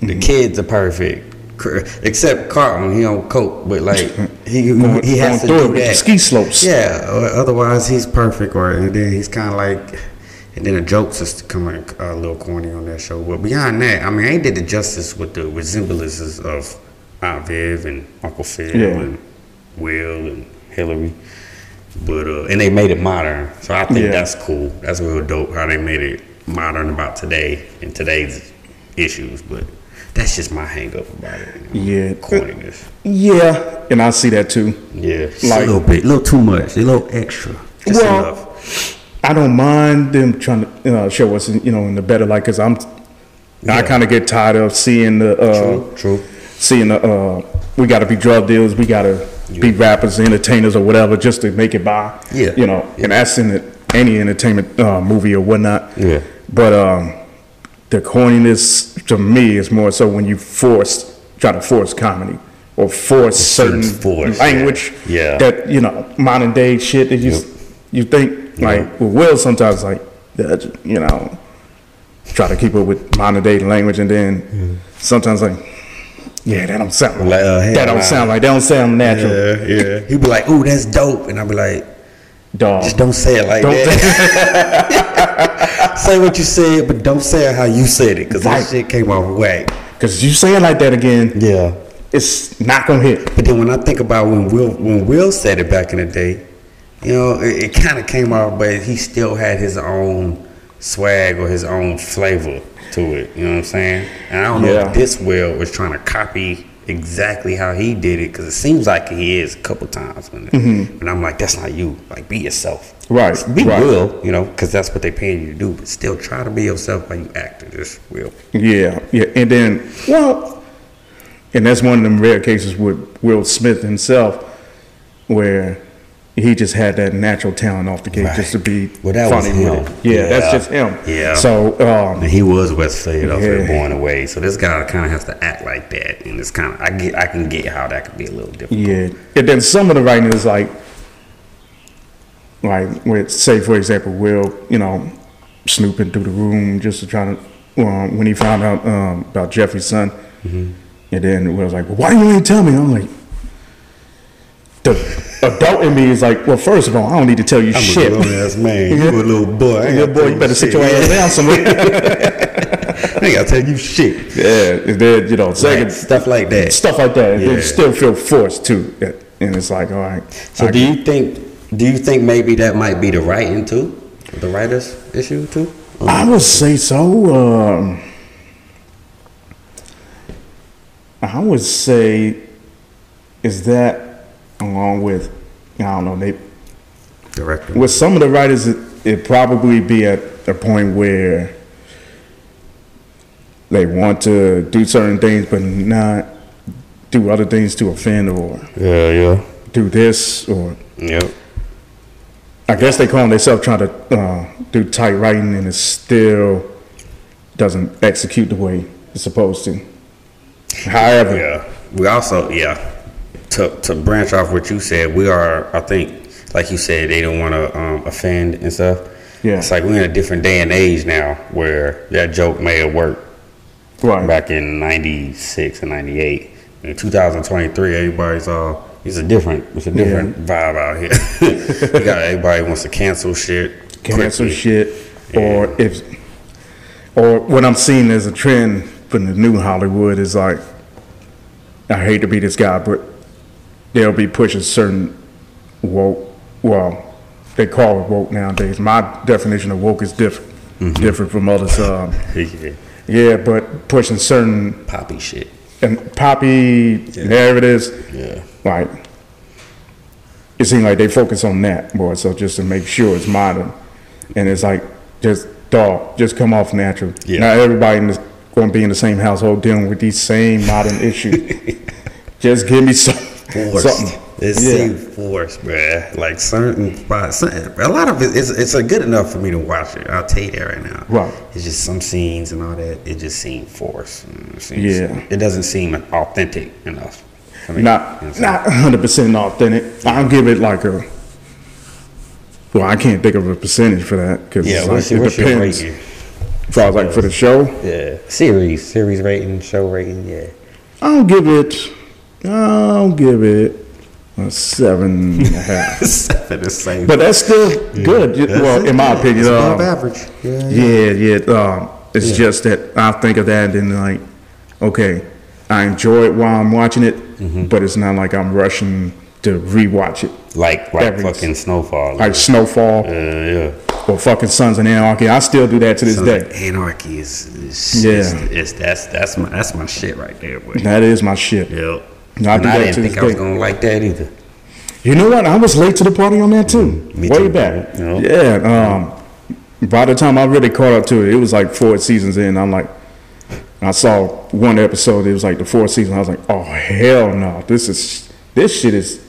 Speaker 2: the
Speaker 1: Mm-hmm.
Speaker 2: kids are perfect. Cr- Except Carlton, he don't cope, but like he
Speaker 1: Going-
Speaker 2: he has
Speaker 1: going
Speaker 2: to
Speaker 1: through it
Speaker 2: do
Speaker 1: with the
Speaker 2: that.
Speaker 1: ski slopes.
Speaker 2: Yeah, or otherwise he's perfect, or and then he's kind of like, and then the jokes is coming a little corny on that show. But beyond that, I mean, I did the justice with the resemblances of Aunt Viv and Uncle Phil
Speaker 1: Yeah.
Speaker 2: and Will and Hillary. But uh, and they made it modern, so I think
Speaker 1: Yeah.
Speaker 2: that's cool. That's real dope how they made it modern about today and today's issues. But that's just my hang up about it. you know,
Speaker 1: Yeah.
Speaker 2: corniness.
Speaker 1: Yeah, and I see that too.
Speaker 2: Yeah,
Speaker 1: Like-
Speaker 2: a little bit, a little too much, a little extra, just
Speaker 1: Well-
Speaker 2: enough.
Speaker 1: I don't mind them trying to you know, show us, you know, in the better light, cause I'm, I
Speaker 2: Yeah.
Speaker 1: kind of get tired of seeing the, uh,
Speaker 2: True, true.
Speaker 1: seeing the, uh, we gotta be drug dealers, we gotta be rappers, entertainers, or whatever, just to make it by.
Speaker 2: Yeah.
Speaker 1: You know, and that's in the, any entertainment uh, movie or whatnot.
Speaker 2: Yeah.
Speaker 1: But um, the corniness to me is more so when you force, try to force comedy or force certain
Speaker 2: certain force, yeah.
Speaker 1: language
Speaker 2: Yeah.
Speaker 1: that you know modern day shit that you
Speaker 2: Yep.
Speaker 1: you think like
Speaker 2: Yep.
Speaker 1: with Will sometimes like that, you know try to keep up with modern day language and then sometimes like yeah that don't sound
Speaker 2: Mm-hmm. Like,
Speaker 1: like,
Speaker 2: uh, hell
Speaker 1: that don't
Speaker 2: nah.
Speaker 1: sound like that don't sound natural
Speaker 2: Yeah, yeah. He'd be like, "Ooh, that's dope," and I'd be like,
Speaker 1: dog
Speaker 2: "Just don't say it like
Speaker 1: Don't
Speaker 2: that. say what you said, but don't say it how you said it, because
Speaker 1: Right.
Speaker 2: that shit came off whack."
Speaker 1: because you say it like that again
Speaker 2: Yeah.
Speaker 1: it's not gonna hit
Speaker 2: But then when I think about when Will when Will said it back in the day, you know, it, it kind of came off, but he still had his own swag or his own flavor to it. You know what I'm saying? And I don't know
Speaker 1: Yeah.
Speaker 2: if this Will was trying to copy exactly how he did it because it seems like he is a couple times. When And I'm like, that's not you. Like, be yourself.
Speaker 1: Right,
Speaker 2: Be
Speaker 1: right.
Speaker 2: Will, you know, because that's what they paying you to do. But still, try to be yourself while you acting. Just Will.
Speaker 1: Yeah, yeah, and then well, and that's one of them rare cases with Will Smith himself, where he just had that natural talent off the gate
Speaker 2: Right.
Speaker 1: just to be
Speaker 2: Well, that was
Speaker 1: funny
Speaker 2: him.
Speaker 1: with it. Yeah, that's
Speaker 2: Yeah.
Speaker 1: just him.
Speaker 2: Yeah.
Speaker 1: So um,
Speaker 2: And he was Westfield off
Speaker 1: Yeah.
Speaker 2: there born away. So this guy kind of has to act like that, and it's kind of I get I can get how that could be a little different.
Speaker 1: yeah, and then some of the writing is like, like with say for example, Will, you know, snooping through the room just to try to um, when he found out um, about Jeffrey's son,
Speaker 2: Mm-hmm.
Speaker 1: and then Will's like, "Why you ain't tell me?" I'm like. the adult in me is like, well, first of all, I don't need to tell you shit.
Speaker 2: ass man. You a little boy. I
Speaker 1: Good
Speaker 2: ain't gotta
Speaker 1: boy,
Speaker 2: tell
Speaker 1: you better sit
Speaker 2: shit.
Speaker 1: your ass down somewhere.
Speaker 2: I ain't gotta tell you shit.
Speaker 1: yeah, and then you know,
Speaker 2: Like,
Speaker 1: second
Speaker 2: stuff like that.
Speaker 1: stuff like that, and
Speaker 2: Yeah.
Speaker 1: then still feel forced too. And it's like, all right.
Speaker 2: So
Speaker 1: I
Speaker 2: do you think do you think maybe that might be the writing too, the writers issue too?
Speaker 1: I would say so. Um, I would say is that along with I don't know they
Speaker 2: Director.
Speaker 1: with some of the writers it, it probably be at a point where they want to do certain things but not do other things to offend or
Speaker 2: Yeah, yeah,
Speaker 1: do this or
Speaker 2: yep.
Speaker 1: I guess they call themselves trying to uh, do tight writing and it still doesn't execute the way it's supposed to. However,
Speaker 2: Yeah. We also, yeah. To to branch off what you said, we are. I think, like you said, they don't want to um, offend and stuff.
Speaker 1: Yeah.
Speaker 2: It's like we're in a different day and age now where that joke may have worked
Speaker 1: right,
Speaker 2: back in '96 and '98. In 2023, everybody's all. It's a different. It's a different vibe out here. you got everybody wants to cancel shit.
Speaker 1: cancel
Speaker 2: quickly.
Speaker 1: shit, or if, or what I'm seeing as a trend from the new Hollywood is like, I hate to be this guy, but they'll be pushing certain woke. Well, they call it woke nowadays.
Speaker 2: Mm-hmm.
Speaker 1: My definition of woke is different, different from others. Um,
Speaker 2: Yeah.
Speaker 1: Yeah, but pushing certain
Speaker 2: Poppy shit.
Speaker 1: and poppy. There it is.
Speaker 2: Yeah.
Speaker 1: Like it seems like they focus on that boy. So just to make sure it's modern, and it's like just dog, just come off natural.
Speaker 2: Yeah.
Speaker 1: Not everybody in this going to be in the same household dealing with these same modern issues. just give me some
Speaker 2: Forced.
Speaker 1: something.
Speaker 2: It's
Speaker 1: Yeah.
Speaker 2: seemed forced, bruh. Like certain spots, certain- a lot of it, it's it's a good enough for me to watch it. I'll tell you that right now.
Speaker 1: Right.
Speaker 2: It's just some scenes and all that. It just seemed forced. You know, it seems-
Speaker 1: Yeah.
Speaker 2: It doesn't seem authentic enough. I mean,
Speaker 1: Not
Speaker 2: you know what I'm
Speaker 1: not hundred percent authentic. I'll give it like a. Well, I can't think of a percentage for that because
Speaker 2: saying?
Speaker 1: it's
Speaker 2: Yeah.
Speaker 1: like,
Speaker 2: What's,
Speaker 1: it
Speaker 2: your- what's your
Speaker 1: depends.
Speaker 2: rating?
Speaker 1: As far as like for the show,
Speaker 2: Yeah. Series, series rating, show rating. Yeah.
Speaker 1: I'll give it. I'll give it a seven and a half.
Speaker 2: Seven is same.
Speaker 1: But that's still good. You-
Speaker 2: That's
Speaker 1: well,
Speaker 2: it,
Speaker 1: in my
Speaker 2: yeah.
Speaker 1: opinion,
Speaker 2: it's
Speaker 1: uh,
Speaker 2: above average. um, Yeah.
Speaker 1: yeah, yeah. Um, it's just that I think of that and then like, okay, I enjoy it while I'm watching it,
Speaker 2: Mm-hmm.
Speaker 1: but it's not like I'm rushing to rewatch it.
Speaker 2: Like like
Speaker 1: Average.
Speaker 2: fucking snowfall.
Speaker 1: Like Snowfall
Speaker 2: uh, yeah.
Speaker 1: or fucking Sons of Anarchy, I still do that to this
Speaker 2: So
Speaker 1: day.
Speaker 2: anarchy is, is
Speaker 1: Yeah.
Speaker 2: is, is that's that's my that's my shit right there, boy.
Speaker 1: That is my shit.
Speaker 2: Yep.
Speaker 1: No, I
Speaker 2: and
Speaker 1: do that
Speaker 2: I didn't
Speaker 1: to
Speaker 2: think
Speaker 1: this
Speaker 2: I was
Speaker 1: day.
Speaker 2: gonna like that either.
Speaker 1: You know what? I was late to the party on that too.
Speaker 2: me
Speaker 1: Way
Speaker 2: too,
Speaker 1: back.
Speaker 2: you know?
Speaker 1: Yeah. Um, by the time I really caught up to it, it was like four seasons in. I'm like, I saw one episode. It was like the fourth season. I was like, oh hell no! This is this shit is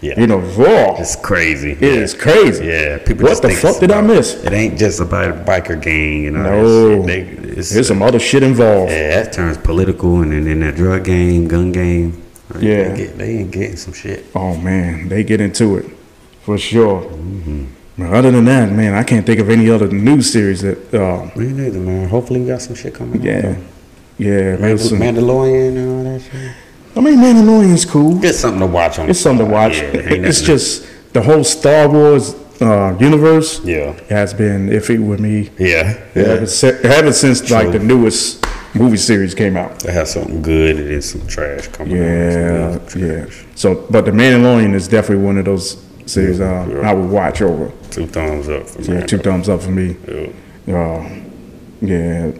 Speaker 2: Yeah.
Speaker 1: you know raw.
Speaker 2: it's crazy.
Speaker 1: It is crazy.
Speaker 2: Yeah, people.
Speaker 1: What
Speaker 2: just
Speaker 1: the
Speaker 2: think
Speaker 1: fuck
Speaker 2: it's
Speaker 1: did I
Speaker 2: about-
Speaker 1: miss?
Speaker 2: It ain't just about a biker gang and all
Speaker 1: No.
Speaker 2: that shit. They, it's,
Speaker 1: There's some other shit involved.
Speaker 2: yeah, that turns political, and then in that drug game, gun game. like,
Speaker 1: Yeah.
Speaker 2: they, get, they ain't getting some shit.
Speaker 1: Oh man, they get into it for sure.
Speaker 2: Mm-hmm.
Speaker 1: But Other than that, man, I can't think of any other news series that. Uh,
Speaker 2: Me neither, man. Hopefully, we got some shit coming. out,
Speaker 1: yeah,
Speaker 2: though.
Speaker 1: yeah. man,
Speaker 2: Mandal-
Speaker 1: some-
Speaker 2: Mandalorian and all that shit.
Speaker 1: I mean, Mandalorian's cool.
Speaker 2: Just something to watch on.
Speaker 1: It's something to watch.
Speaker 2: Yeah, ain't
Speaker 1: it's
Speaker 2: nothing-
Speaker 1: just the whole Star Wars uh, universe
Speaker 2: yeah,
Speaker 1: has been iffy with me
Speaker 2: yeah,
Speaker 1: ever, si- ever since like
Speaker 2: True.
Speaker 1: the newest movie series came out.
Speaker 2: They have something good and then some trash coming. out,
Speaker 1: Yeah,
Speaker 2: some good
Speaker 1: yeah.
Speaker 2: trash.
Speaker 1: So, but the Mandalorian is definitely one of those series uh,
Speaker 2: Yeah.
Speaker 1: I would watch over.
Speaker 2: Two thumbs up for
Speaker 1: Yeah,
Speaker 2: Mando.
Speaker 1: two thumbs up for me.
Speaker 2: Yeah.
Speaker 1: Uh, yeah,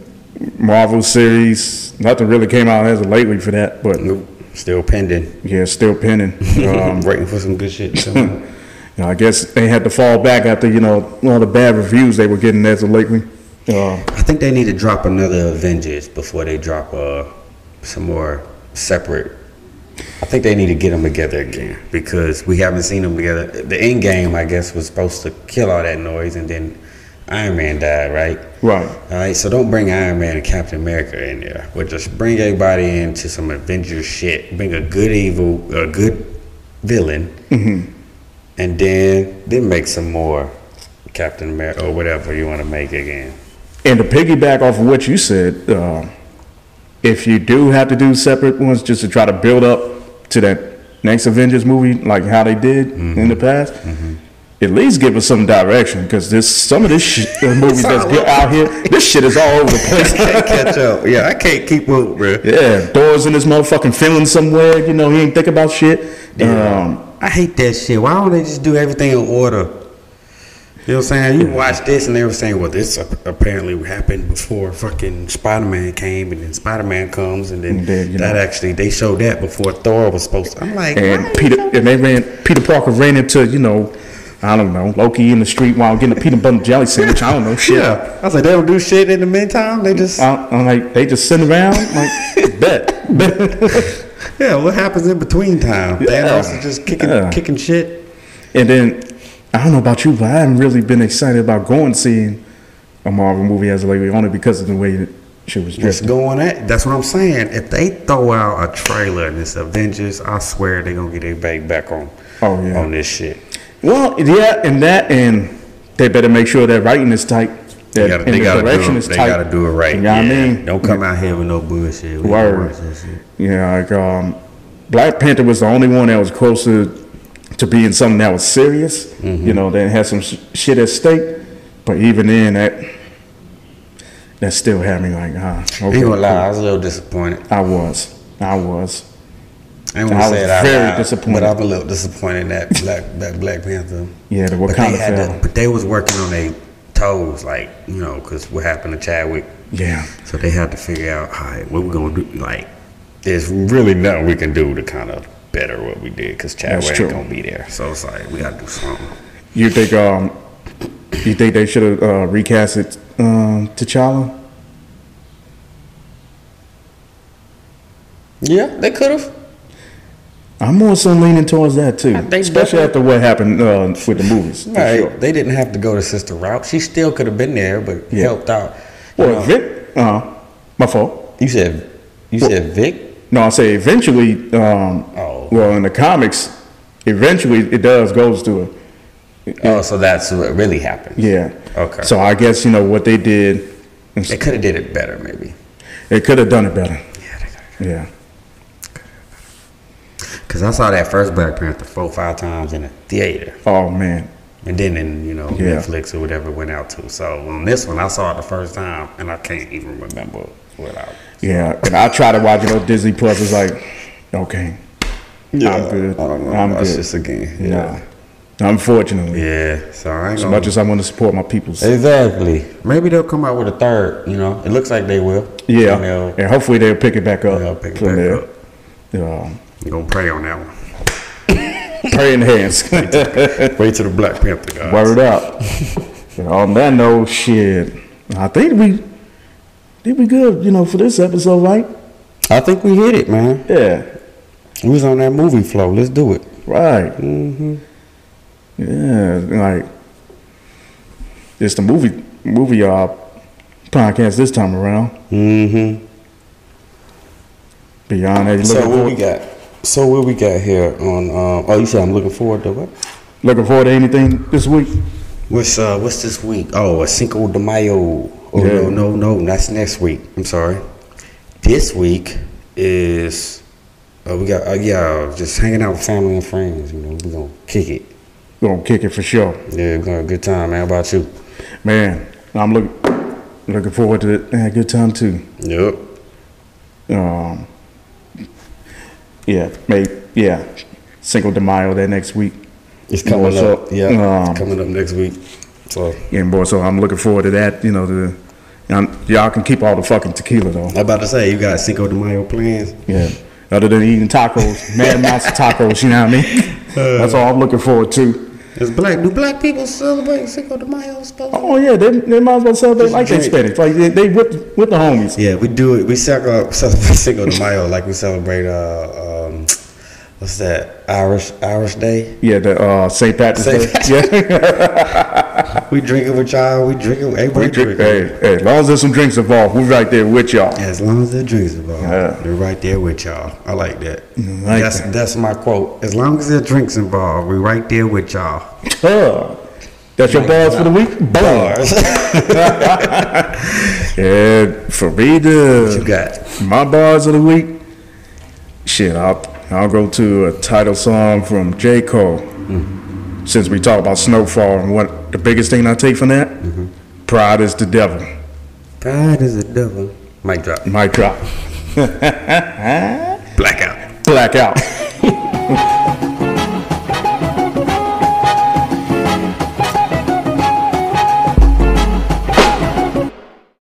Speaker 1: Marvel series. Nothing really came out as of lately for that, but
Speaker 2: Nope. Still pending.
Speaker 1: yeah, still pending. Um,
Speaker 2: I'm waiting for some good shit. to come out.
Speaker 1: You know, I guess they had to fall back after you know all the bad reviews they were getting as of lately. Uh,
Speaker 2: I think they need to drop another Avengers before they drop uh, some more separate. I think they need to get them together again because we haven't seen them together. The end game, I guess, was supposed to kill all that noise, and then Iron Man died, right?
Speaker 1: right.
Speaker 2: All right, so don't bring Iron Man and Captain America in there, but just bring everybody into some Avengers shit. Bring a good evil, a good villain, Mm-hmm. and then then make some more Captain America or whatever you want to make again.
Speaker 1: And to piggyback off of what you said, uh, if you do have to do separate ones just to try to build up to that next Avengers movie, like how they did in the past, at least give us some direction because this some of this shit, the movies that's get out here, this shit is all over the place.
Speaker 2: Can't catch up. Yeah, I can't keep up, bro.
Speaker 1: Yeah, Thor's in this motherfucking feeling somewhere. You know, he ain't think about shit. Um,
Speaker 2: I hate that shit. Why don't they just do everything in order? You know what I'm saying? You watch this and they were saying, well, this ap- apparently happened before fucking Spider Man came, and then Spider Man comes, and then
Speaker 1: And then, you
Speaker 2: that
Speaker 1: know.
Speaker 2: actually, they showed that before Thor was supposed to. I'm like, why
Speaker 1: and
Speaker 2: they
Speaker 1: Peter
Speaker 2: so-
Speaker 1: and they ran Peter Parker ran into you know I don't know Loki in the street while getting a peanut butter jelly sandwich. I don't know shit.
Speaker 2: yeah. I was like, they don't do shit in the meantime. They just,
Speaker 1: I, I'm like they just sitting around like bet bet,
Speaker 2: yeah, what happens in between time? Thanos is just kicking,
Speaker 1: Yeah.
Speaker 2: kicking shit.
Speaker 1: and then I don't know about you, but I haven't really been excited about going and seeing a Marvel movie as of lately only because of the way that shit was
Speaker 2: What's
Speaker 1: dressed.
Speaker 2: going at? That's what I'm saying. If they throw out a trailer and it's Avengers, I swear they gonna get their bag back on.
Speaker 1: Oh, yeah.
Speaker 2: on this shit.
Speaker 1: Well, yeah, and that and they better make sure that writing is tight. That
Speaker 2: They gotta,
Speaker 1: and
Speaker 2: they
Speaker 1: the
Speaker 2: gotta
Speaker 1: direction
Speaker 2: do,
Speaker 1: is
Speaker 2: it, they
Speaker 1: tight.
Speaker 2: gotta do it right.
Speaker 1: You know what
Speaker 2: Yeah.
Speaker 1: I mean?
Speaker 2: Don't come out here with no bullshit. We
Speaker 1: Word.
Speaker 2: don't watch that shit.
Speaker 1: Yeah, like um, Black Panther was the only one that was closer to being something that was serious.
Speaker 2: Mm-hmm.
Speaker 1: You know, that had some sh- shit at stake. But even then, that that still had me like, ah,
Speaker 2: I ain't
Speaker 1: okay.
Speaker 2: gonna lie, I was a little disappointed.
Speaker 1: I was, I was.
Speaker 2: I ain't gonna
Speaker 1: I
Speaker 2: say
Speaker 1: was
Speaker 2: it out
Speaker 1: very
Speaker 2: loud,
Speaker 1: disappointed.
Speaker 2: But I'm a little disappointed in that Black, that Black Panther.
Speaker 1: Yeah, the
Speaker 2: But they
Speaker 1: Wakanda
Speaker 2: had
Speaker 1: film.
Speaker 2: to, but they was working on a toes, like you know, because what happened to Chadwick.
Speaker 1: Yeah.
Speaker 2: So they had to figure out, all right, what we're gonna do. Like, there's really nothing we can do to kind of better what we did because Chadwick
Speaker 1: true.
Speaker 2: ain't gonna be there. So it's like we gotta do something.
Speaker 1: You think um, you think they should have uh, recast it um T'Challa?
Speaker 2: Yeah, they could have.
Speaker 1: I'm more so leaning towards that too,
Speaker 2: I think
Speaker 1: especially
Speaker 2: definitely-
Speaker 1: after what happened uh, with the movies. for
Speaker 2: Right.
Speaker 1: sure.
Speaker 2: They didn't have to go to Sister Route. She still could have been there, but
Speaker 1: Yeah.
Speaker 2: helped out. You
Speaker 1: Well,
Speaker 2: know,
Speaker 1: Vic, uh, my fault.
Speaker 2: you said you said Vic.
Speaker 1: No, I say eventually. Um,
Speaker 2: Oh.
Speaker 1: Well, in the comics, eventually it does goes to her.
Speaker 2: Oh, so that's what really happened.
Speaker 1: Yeah.
Speaker 2: Okay.
Speaker 1: So I guess you know what they did.
Speaker 2: They could have did it better, maybe.
Speaker 1: They could have done it better.
Speaker 2: Yeah, they could have.
Speaker 1: Yeah.
Speaker 2: Because I saw that first Black Panther four five times in a theater.
Speaker 1: Oh man.
Speaker 2: And then in, you know,
Speaker 1: Yeah.
Speaker 2: Netflix or whatever it went out to. So on this one, I saw it the first time and I can't even remember what I.
Speaker 1: Yeah. And I try to watch it on Disney Plus. It's like, okay, I'm good.
Speaker 2: I don't know.
Speaker 1: I'm
Speaker 2: That's
Speaker 1: good.
Speaker 2: just again.
Speaker 1: Nah. Unfortunately,
Speaker 2: Yeah. So I ain't
Speaker 1: as
Speaker 2: gonna.
Speaker 1: much as I want to support my peoples.
Speaker 2: Exactly. Maybe they'll come out with a third. You know, it looks like they will.
Speaker 1: Yeah.
Speaker 2: And they'll-
Speaker 1: And hopefully they'll pick it back up.
Speaker 2: They'll pick it
Speaker 1: from
Speaker 2: back
Speaker 1: there.
Speaker 2: up.
Speaker 1: Yeah.
Speaker 2: I'm gonna pray on that one.
Speaker 1: praying hands.
Speaker 2: Pray to the Black Panther guys.
Speaker 1: Word up. And on that note, shit. I think we did we good, you know, for this episode, right?
Speaker 2: I think we hit it, man.
Speaker 1: Yeah.
Speaker 2: We was on that movie flow. Let's do it.
Speaker 1: Right. Mm-hmm. Yeah. Like it's the movie movie uh podcast this time around.
Speaker 2: Mm-hmm.
Speaker 1: Beyond that, you looking
Speaker 2: So what we
Speaker 1: forward,
Speaker 2: got? So what we got here on? Um, oh, you said I'm looking forward to what?
Speaker 1: looking forward to anything this week?
Speaker 2: What's uh What's this week? Oh, a Cinco de Mayo. Oh
Speaker 1: Yeah.
Speaker 2: no no no, that's next week. I'm sorry. This week is. Uh, we got uh, yeah, just hanging out with family and friends. You know, we gonna kick it.
Speaker 1: We're gonna kick it for sure.
Speaker 2: Yeah, we're gonna have a good time. man. How about you?
Speaker 1: Man, I'm looking looking forward to it. Yeah, good time too.
Speaker 2: Yep.
Speaker 1: Um, yeah, may yeah, Cinco de Mayo that next week.
Speaker 2: It's coming
Speaker 1: More
Speaker 2: up.
Speaker 1: so,
Speaker 2: Yeah,
Speaker 1: um,
Speaker 2: it's coming up next week. So
Speaker 1: Yeah, boy, so I'm looking forward to that. You know, the um, y'all can keep all the fucking tequila though.
Speaker 2: I'm about to say you got Cinco de Mayo plans.
Speaker 1: Yeah. Other than eating tacos, mad amounts of tacos, you know what I mean? That's all I'm looking forward to.
Speaker 2: It's black. Do black people celebrate Cinco de Mayo? Supposed
Speaker 1: Oh yeah, they, they might as well celebrate
Speaker 2: Just
Speaker 1: like they
Speaker 2: drink.
Speaker 1: Spanish, like they, they with with the homies.
Speaker 2: Yeah, we do it. We celebrate, celebrate Cinco de Mayo like we celebrate uh um what's that Irish Irish Day.
Speaker 1: Yeah, the uh, St. Patrick's
Speaker 2: Saint
Speaker 1: Day. Yeah,
Speaker 2: We drinking with y'all. We drinking. Everybody
Speaker 1: we drink.
Speaker 2: drinking.
Speaker 1: Hey, hey, as long as there's some drinks involved, we're right there with y'all.
Speaker 2: As long as the drinks involved,
Speaker 1: Yeah. Mm,
Speaker 2: they're right there with y'all. I like that.
Speaker 1: like
Speaker 2: that's
Speaker 1: that.
Speaker 2: that's my quote. As long as the drinks involved, we right there with y'all.
Speaker 1: Huh. That's your bars for the week. Bars. And for me,
Speaker 2: you
Speaker 1: the
Speaker 2: got
Speaker 1: my bars of the week. Shit, I'll I'll go to a title song from J Cole.
Speaker 2: Mm-hmm.
Speaker 1: Since we talked about Snowfall, and what the biggest thing I take from that,
Speaker 2: Mm-hmm.
Speaker 1: pride is the devil.
Speaker 2: pride is a devil. Mic drop.
Speaker 1: Mic drop.
Speaker 2: Blackout.
Speaker 1: Blackout.